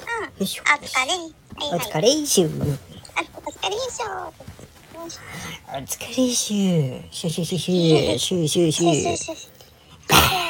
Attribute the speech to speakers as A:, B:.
A: よいしょ
B: お。疲れ。はい
A: お
B: はい。
A: 疲れいしゅ。
B: あお疲れでしょ。
A: お疲れいしゅ。シュシュシュシュ。シュシュシ
B: シュシュ
A: ュ。
B: シュシュ。